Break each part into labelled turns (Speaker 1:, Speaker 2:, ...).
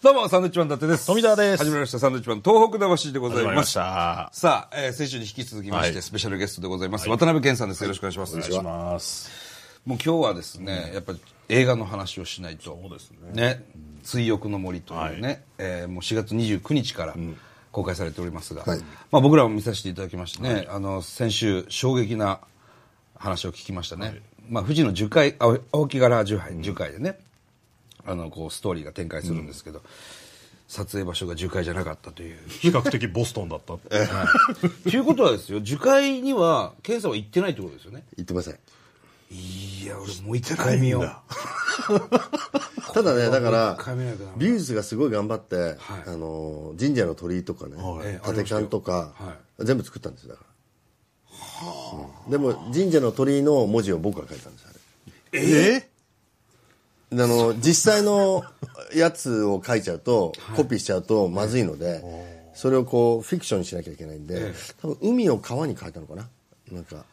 Speaker 1: どうも、サンドウィッチマン伊達です。
Speaker 2: 富澤です
Speaker 1: 始まりました、サンドウィッチマン東北魂でござい
Speaker 2: 始まり
Speaker 1: ま。
Speaker 2: ますした。
Speaker 1: さあ、えー先週に引き続きまして、
Speaker 2: はい
Speaker 1: スペシャルゲストでございます。渡辺健さんです。よろしくお願いします。
Speaker 2: お願いします。
Speaker 1: もう今日はですね、やっぱり映画の話をしないと。そうですね。追憶の森というね、
Speaker 2: は
Speaker 1: えーもう4月29日から公開されておりますが、
Speaker 3: はい
Speaker 1: まあ僕らも見させていただきましてね、あの、先週衝撃な話を聞きましたね。まあ富士の樹海、青青木柄樹海、樹海でね、あの、こうストーリーが展開するんですけど、撮影場所が樹海じゃなかったという。
Speaker 2: 比較的ボストンだった。
Speaker 1: ということはですよ、樹海には、ケンさんは行ってないってことですよね。
Speaker 3: 言ってません
Speaker 1: いや、俺もう一回見よう。
Speaker 3: ただねだから
Speaker 1: 一回見なきゃダメ
Speaker 3: 美術がすごい頑張って、
Speaker 1: はい
Speaker 3: あの神社の鳥居とかね、
Speaker 1: い
Speaker 3: 建て看とか、
Speaker 1: は
Speaker 3: 全部作ったんですよだから、うんでも神社の鳥居の文字を僕が書いたんですよあれ
Speaker 2: え
Speaker 3: であの実際のやつを書いちゃうと、コピーしちゃうとまずいので、それをこうフィクションにしなきゃいけないんで、多分海を川に変えたのかななんか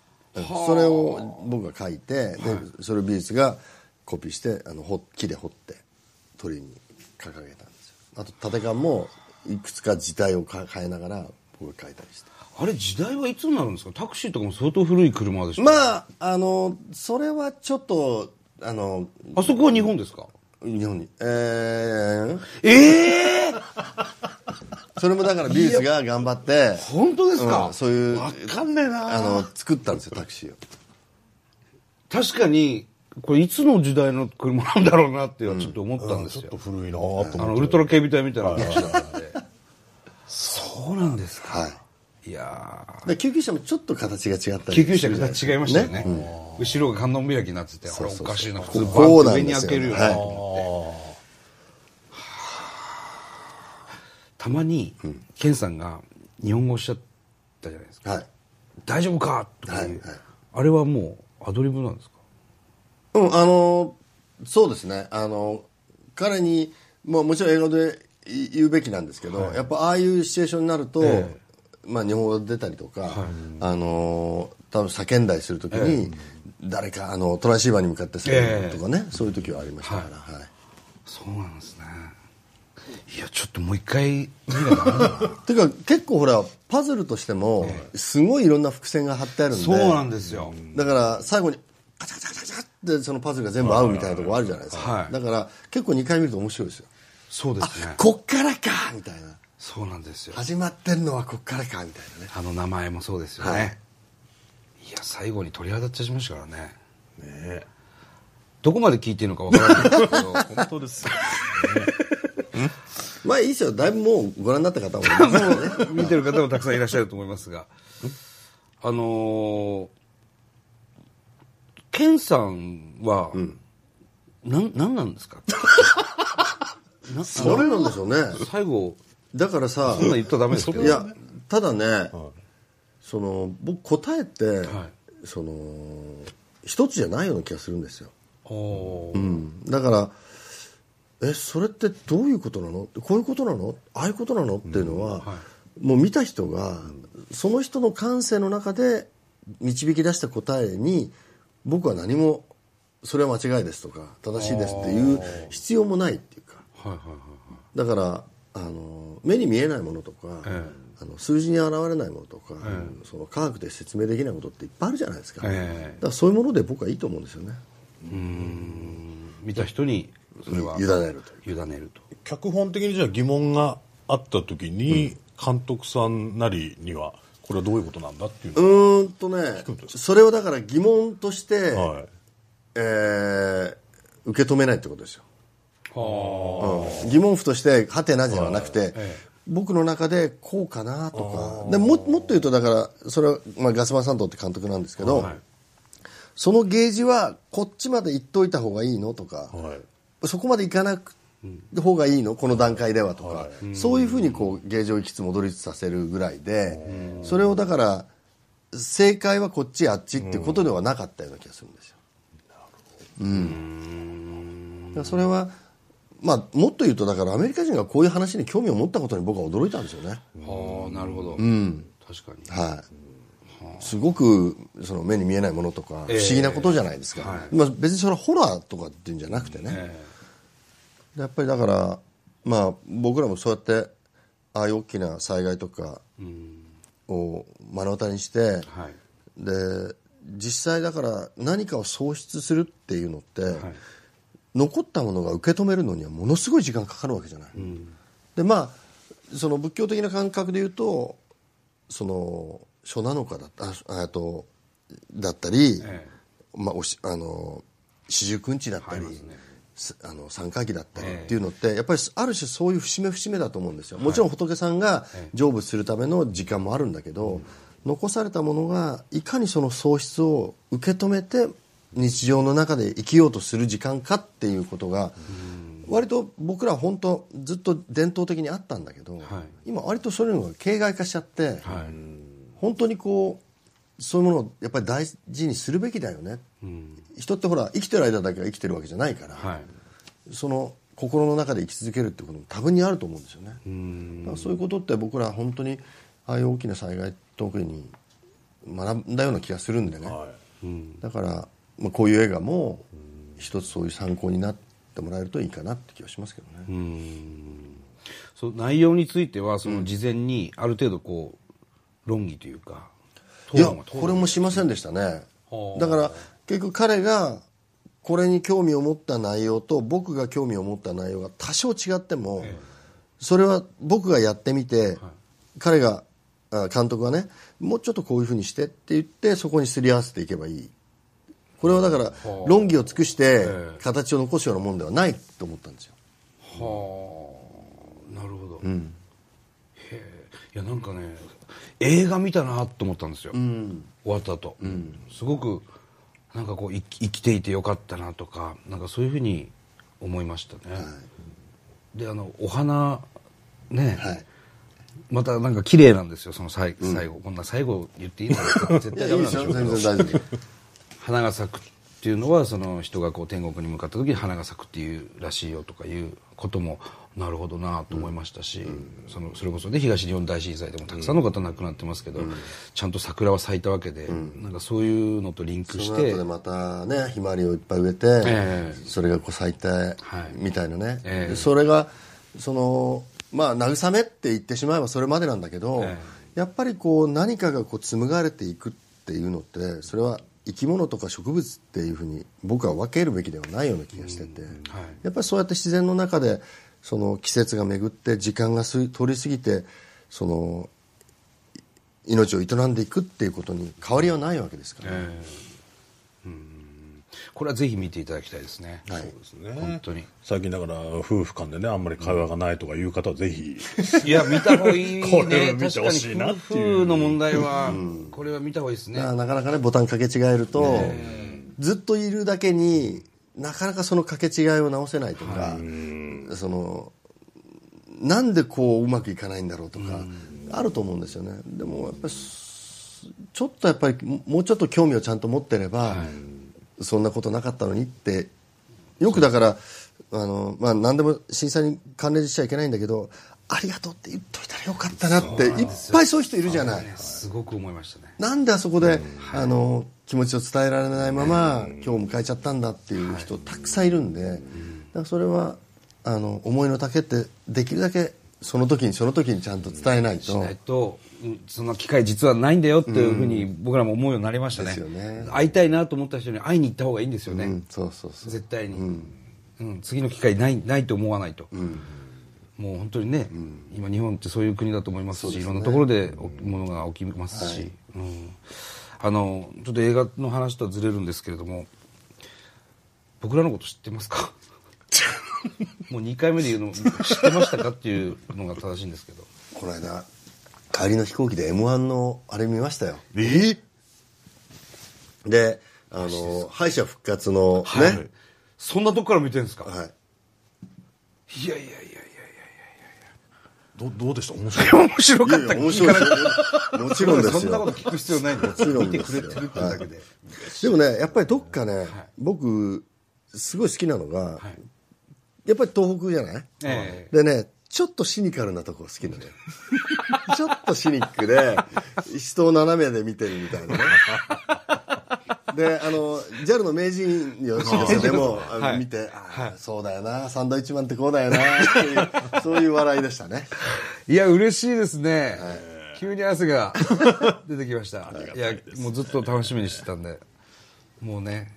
Speaker 3: それを僕が書いて、でそれを美術がコピーしてあのほ木で掘って鳥に掲げたんですよあと縦看もいくつか字体をか変えながら僕が書いたりして
Speaker 1: あれ時代はいつになるんですかタクシーとかも相当古い車でしょ
Speaker 3: ま
Speaker 1: あ、
Speaker 3: ああのそれはちょっとあの
Speaker 1: あそこは日本ですか
Speaker 3: 日本にえー、
Speaker 1: ええ
Speaker 3: それもだから美術が頑張って
Speaker 1: 本当ですか、
Speaker 3: うんそういう
Speaker 1: わかんねえな
Speaker 3: あの作ったんですよタクシーを
Speaker 1: 確かに、これいつの時代の車なんだろうなっていうのはちょっと思ったんです
Speaker 2: ちょっ
Speaker 1: よ
Speaker 2: と。古いなぁと
Speaker 1: あの、
Speaker 2: 思
Speaker 1: ウ
Speaker 2: って。
Speaker 1: ルトラ警備隊みたいな話だったんで。そうなんですか。
Speaker 3: はい
Speaker 1: いやー
Speaker 3: で救急車もちょっと形が違ったり
Speaker 1: 救急車形違いましたよね。後ろが観音開きになってて、ほ
Speaker 3: う
Speaker 1: ら、
Speaker 3: そうそ
Speaker 1: お
Speaker 3: う
Speaker 1: かしいな、普通バ
Speaker 3: こ
Speaker 1: ーン
Speaker 3: う
Speaker 1: っ
Speaker 3: な
Speaker 1: て上
Speaker 3: ん
Speaker 1: に
Speaker 3: で
Speaker 1: 開
Speaker 3: すよ
Speaker 1: けるよなと思って。たまに、ケンさんが日本語おっしゃったじゃないですか。
Speaker 3: はい
Speaker 1: 大丈夫かとかいう、
Speaker 3: はいはい
Speaker 1: あれはもうアドリブなんですか
Speaker 3: うんあのそうですねあの彼に、まあ、もちろん英語でい言うべきなんですけど、やっぱああいうシチュエーションになると、まあ、日本語が出たりとか、あの多分叫んだりするときに、誰かあのトランシーバーに向かって叫ぶとかね、そういう時はありましたから、はい
Speaker 1: そうなんですね。いや、ちょっともう一回見なきゃダメだ な
Speaker 3: ていうか結構ほらパズルとしてもすごいいろんな伏線が張ってあるんで
Speaker 1: そうなんですよ。
Speaker 3: だから最後にカチャカチャカチャカチャってそのパズルが全部合うみたいなとこあるじゃないですか、
Speaker 1: はい
Speaker 3: だから結構2回見ると面白いですよ
Speaker 1: そうですね。
Speaker 3: こっからかみたいな
Speaker 1: そうなんですよ。
Speaker 3: 始まってんのはこっからかみたいなね
Speaker 1: あの名前もそうですよね、
Speaker 3: はい
Speaker 1: い、や最後に鳥肌立っちゃいましたからねねどこまで聞いてるのかわからないんですけど
Speaker 2: 本当です。
Speaker 3: まあいいですよだいぶもうご覧になった方もいますからね
Speaker 1: 見てる方もたくさんいらっしゃると思いますがあのー、ケンさんは、なん、なんなんですか な
Speaker 3: それなんでしょうね
Speaker 1: 最後
Speaker 3: だからさ
Speaker 1: そんなん言ったらダメですけど
Speaker 3: いやただね、その僕答えって、その一つじゃないような気がするんですよ
Speaker 1: おー
Speaker 3: うんだからえそれってどういうことなのこういうことなのああいうことなのっていうのは、もう見た人がその人の感性の中で導き出した答えに僕は何もそれは間違いですとか正しいですっていう必要もないっていうか
Speaker 1: はいはいはい
Speaker 3: だからあの目に見えないものとか、
Speaker 1: え
Speaker 3: あの数字に現れないものとか、その科学で説明できないことっていっぱいあるじゃないですか、
Speaker 1: ええ
Speaker 3: だからそういうもので僕はいいと思うんですよね
Speaker 1: 見た人にそれは
Speaker 3: 委ねると
Speaker 1: 委ねると
Speaker 2: 脚本的にじゃあ疑問があった時に、監督さんなりには、これはどういうことなんだっていう
Speaker 3: う
Speaker 2: の
Speaker 3: ーんとねそれをだから疑問として、
Speaker 2: をはい。
Speaker 3: えー受け止めないってことですよ、
Speaker 1: は
Speaker 3: うん疑問符として「はてな」じゃなくて、僕の中でこうかなとかでももっと言うとだからそれは、まあ、ガスマン・サントって監督なんですけど、そのゲージはこっちまで行っといた方がいいのとか、
Speaker 2: はい。
Speaker 3: そこまで行かなく方がいいのこの段階ではとか、そういうふうにこうゲージを行きつ戻りつつさせるぐらいで、それをだから正解はこっちあっちっていうことではなかったような気がするんですよ。うんだからそれはまあ、もっと言うとだからアメリカ人がこういう話に興味を持ったことに僕は驚いたんですよね、
Speaker 1: ああなるほど、うん、確かに
Speaker 3: はい、すごくその目に見えないものとか不思議なことじゃないですか、まあ、別にそれはホラーとかっていうんじゃなくてね、
Speaker 1: ええ
Speaker 3: やっぱりだからまあ僕らもそうやってああいう大きな災害とかを目の当たりにして、
Speaker 1: はい
Speaker 3: で実際だから何かを喪失するっていうのって、残ったものが受け止めるのにはものすごい時間かかるわけじゃない、でまあその仏教的な感覚で言うとその初七日だったああとだったり、
Speaker 1: ええ
Speaker 3: まあ、おしあの四十九日だったり、
Speaker 1: ありますね
Speaker 3: すあの三回忌だったりっ
Speaker 1: ええ
Speaker 3: ていうのって、やっぱりある種そういう節目節目だと思うんですよもちろん仏さんが成仏するための時間もあるんだけど、残されたものがいかにその喪失を受け止めて日常の中で生きようとする時間かっていうことが、割と僕らは本当ずっと伝統的にあったんだけど、今割とそういうのが形骸化しちゃって、本当にこうそういうものをやっぱり大事にするべきだよね、人ってほら生きてる間だけは生きてるわけじゃないから、
Speaker 1: はい
Speaker 3: その心の中で生き続けるってことも多分にあると思うんですよねだからそういうことって僕ら本当にああいう大きな災害特に学んだような気がするんでね、だから、まあ、こういう映画も一つそういう参考になってもらえるといいかなって気がしますけどね、
Speaker 1: その内容についてはその事前にある程度こう論議というか
Speaker 3: いや
Speaker 1: 討論は討
Speaker 3: これもしませんでしたね
Speaker 1: はあ
Speaker 3: だから結局彼がこれに興味を持った内容と僕が興味を持った内容が多少違っても、それは僕がやってみて、彼があ監督がねもうちょっとこういうふうにしてって言ってそこにすり合わせていけばいいこれはだから論議を尽くして形を残すようなもんではないと思ったんですよ
Speaker 1: はあなるほど、へえいやなんかね映画見たなと思ったんですよ、終わった後、すごくなんかこう生き生きていてよかったなとかなんかそういうふうに思いましたね、であのお花ね、
Speaker 3: はい
Speaker 1: またなんか綺麗なんですよその最最後、こんな最後言 っていいのか絶
Speaker 3: いや
Speaker 1: 対
Speaker 3: い
Speaker 1: ダ
Speaker 3: い
Speaker 1: メな
Speaker 3: で
Speaker 1: ん
Speaker 3: す
Speaker 1: でしょうけど
Speaker 3: よ全然大丈夫
Speaker 1: 花が咲くっていうのはその人がこう天国に向かった時に花が咲くっていうらしいよとかいうこともなるほどなと思いましたし、そのそれこそね東日本大震災でもたくさんの方亡くなってますけど、ちゃんと桜は咲いたわけで、なんかそういうのとリンクし
Speaker 3: その
Speaker 1: て
Speaker 3: 後でまたねひまわりをいっぱい植えて、
Speaker 1: ええ
Speaker 3: それがこう咲いて
Speaker 1: い
Speaker 3: みたいなね、
Speaker 1: ええ
Speaker 3: でそれがそのまあ慰めって言ってしまえばそれまでなんだけど、
Speaker 1: え
Speaker 3: やっぱりこう何かがこう紡がれていくっていうのってそれは生き物とか植物っていうふうに僕は分けるべきではないような気がしてて、やっぱりそうやって自然の中でその季節が巡って時間がす通り過ぎてその命を営んでいくっていうことに変わりはないわけですから、ね
Speaker 1: これはぜひ見ていただきたいですね、
Speaker 3: はい
Speaker 1: 本当に
Speaker 2: 最近だから夫婦間でねあんまり会話がないとかいう方はぜひ、
Speaker 1: いや見た方がいいね
Speaker 2: これを見てほしいなって
Speaker 1: 確か
Speaker 2: いう
Speaker 1: に夫婦の問題は、これは見た方がいいですね
Speaker 3: ななかなかねボタンかけ違えると、ずっといるだけになかなかそのかけ違いを直せないとか、そのなんでこううまくいかないんだろうとか、あると思うんですよねでもやっぱりすちょっとやっぱりももうちょっと興味をちゃんと持ってれば、そんなことなかったのにってよくだからあの、まあ、何でも震災に関連しちゃいけないんだけどありがとうって言っといたらよかったなっていっぱいそういう人いるじゃない。
Speaker 1: すごく思いましたね
Speaker 3: なんであそこで、あの気持ちを伝えられないまま、今日迎えちゃったんだっていう人、たくさんいるんで、だからそれはあの思いの丈ってできるだけその時にその時にちゃんと伝えないと、
Speaker 1: しないと、うんその機会実はないんだよっていうふうに僕らも思うようになりましたね,、
Speaker 3: ですよね
Speaker 1: 会いたいなと思った人に会いに行った方がいいんですよね、
Speaker 3: うん、そうそうそう
Speaker 1: 絶対に、うん次の機会ないないと思わないと、もう本当にね、今日本ってそういう国だと思いますしいろんなところでものが起きますし、うんあのちょっと映画の話とはずれるんですけれども僕らのこと知ってます かもう2回目で言うの知ってましたかっていうのが正しいんですけど
Speaker 3: この間帰りの飛行機で m 1のあれ見ましたよ
Speaker 2: え
Speaker 3: であの敗者復活のね、はい
Speaker 1: そんなとこから見てるんですか、い、やいやいやい
Speaker 2: どどうでした面白い
Speaker 1: や面白
Speaker 3: い
Speaker 1: か
Speaker 3: や
Speaker 1: っ
Speaker 3: い
Speaker 1: た
Speaker 3: や面白いですよもちろんですよ
Speaker 1: そんなこと聞く必要ないんだよ
Speaker 3: もちろ
Speaker 1: 見
Speaker 3: ん
Speaker 1: て
Speaker 3: で
Speaker 1: く
Speaker 3: すよ
Speaker 1: れてるってだけで、
Speaker 3: でもねやっぱりどっかね、僕すごい好きなのが、やっぱり東北じゃない、
Speaker 1: ええ
Speaker 3: でねちょっとシニカルなとこ好きな のよちょっとシニックで人を斜めで見てるみたいなねであの JAL の名人よしですよでも、あの
Speaker 1: はい
Speaker 3: 見て、あーそうだよなサンドイッチマンってこうだよなっていうそういう笑いでしたね
Speaker 1: いや、嬉しいですね。急に汗 が出てきました。いや、もうずっと楽しみにしてたんで、もうね、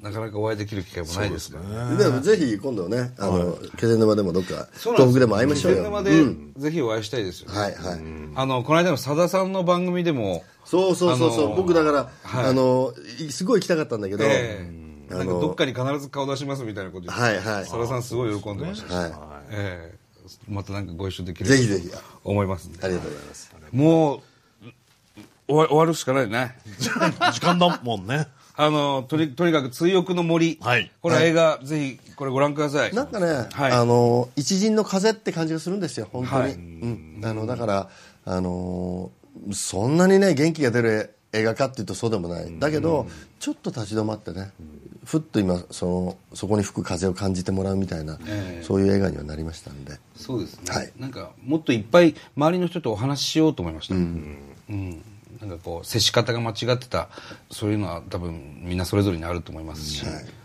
Speaker 1: なかなかお会いできる機会もないですから。
Speaker 3: でもぜひ今度ねあの、気仙沼でもどっか
Speaker 1: そうなん
Speaker 3: 東北でも会いましょう
Speaker 1: 気仙沼
Speaker 3: よ
Speaker 1: で、ぜひお会いしたいですよね、
Speaker 3: はいはい、
Speaker 1: あの、この間のさださんの番組でも、
Speaker 3: そうそうそうそう、
Speaker 1: あのー
Speaker 3: 僕だから、
Speaker 1: はい
Speaker 3: あのいすごい行きたかったんだけど、
Speaker 1: ええ
Speaker 3: あ
Speaker 1: なんか
Speaker 3: の
Speaker 1: どっかに必ず顔出しますみたいなこと言って
Speaker 3: はいはい
Speaker 1: さださんすごい喜んでましたし、
Speaker 3: はい
Speaker 1: ええまたなんかご一緒できる
Speaker 3: ぜひぜひ
Speaker 1: と思いますんで
Speaker 3: ありがとうございます
Speaker 1: もう終わ終わるしかないね
Speaker 2: 時間だもんね。
Speaker 1: あのとにとにかく「追憶の森」
Speaker 2: はい
Speaker 1: これ映画、ぜひこれご覧ください
Speaker 3: なんかね、
Speaker 1: はい
Speaker 3: あの一陣の風って感じがするんですよ本当に、うん、あのだからあのーそんなにね元気が出る映画かっていうとそうでもないだけど、ちょっと立ち止まってねふっと今そのそこに吹く風を感じてもらうみたいな、そういう映画にはなりましたんで
Speaker 1: そうですね、
Speaker 3: はい
Speaker 1: なんかもっといっぱい周りの人とお話ししようと思いました、うんなんかこう接し方が間違ってたそういうのは多分みんなそれぞれにあると思いますし、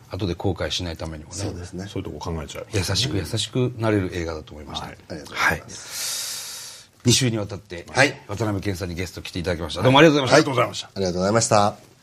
Speaker 1: 後で後悔しないためにもね
Speaker 3: そうですね
Speaker 2: そういうとこ考えちゃう。
Speaker 1: 優しく優しくなれる映画だと思いました、はい
Speaker 3: ありがとうございます
Speaker 1: 2週にわたって、
Speaker 3: はい
Speaker 1: 渡辺謙さんにゲスト来ていただきましたどうもありがとうございました、
Speaker 3: ありがとうございました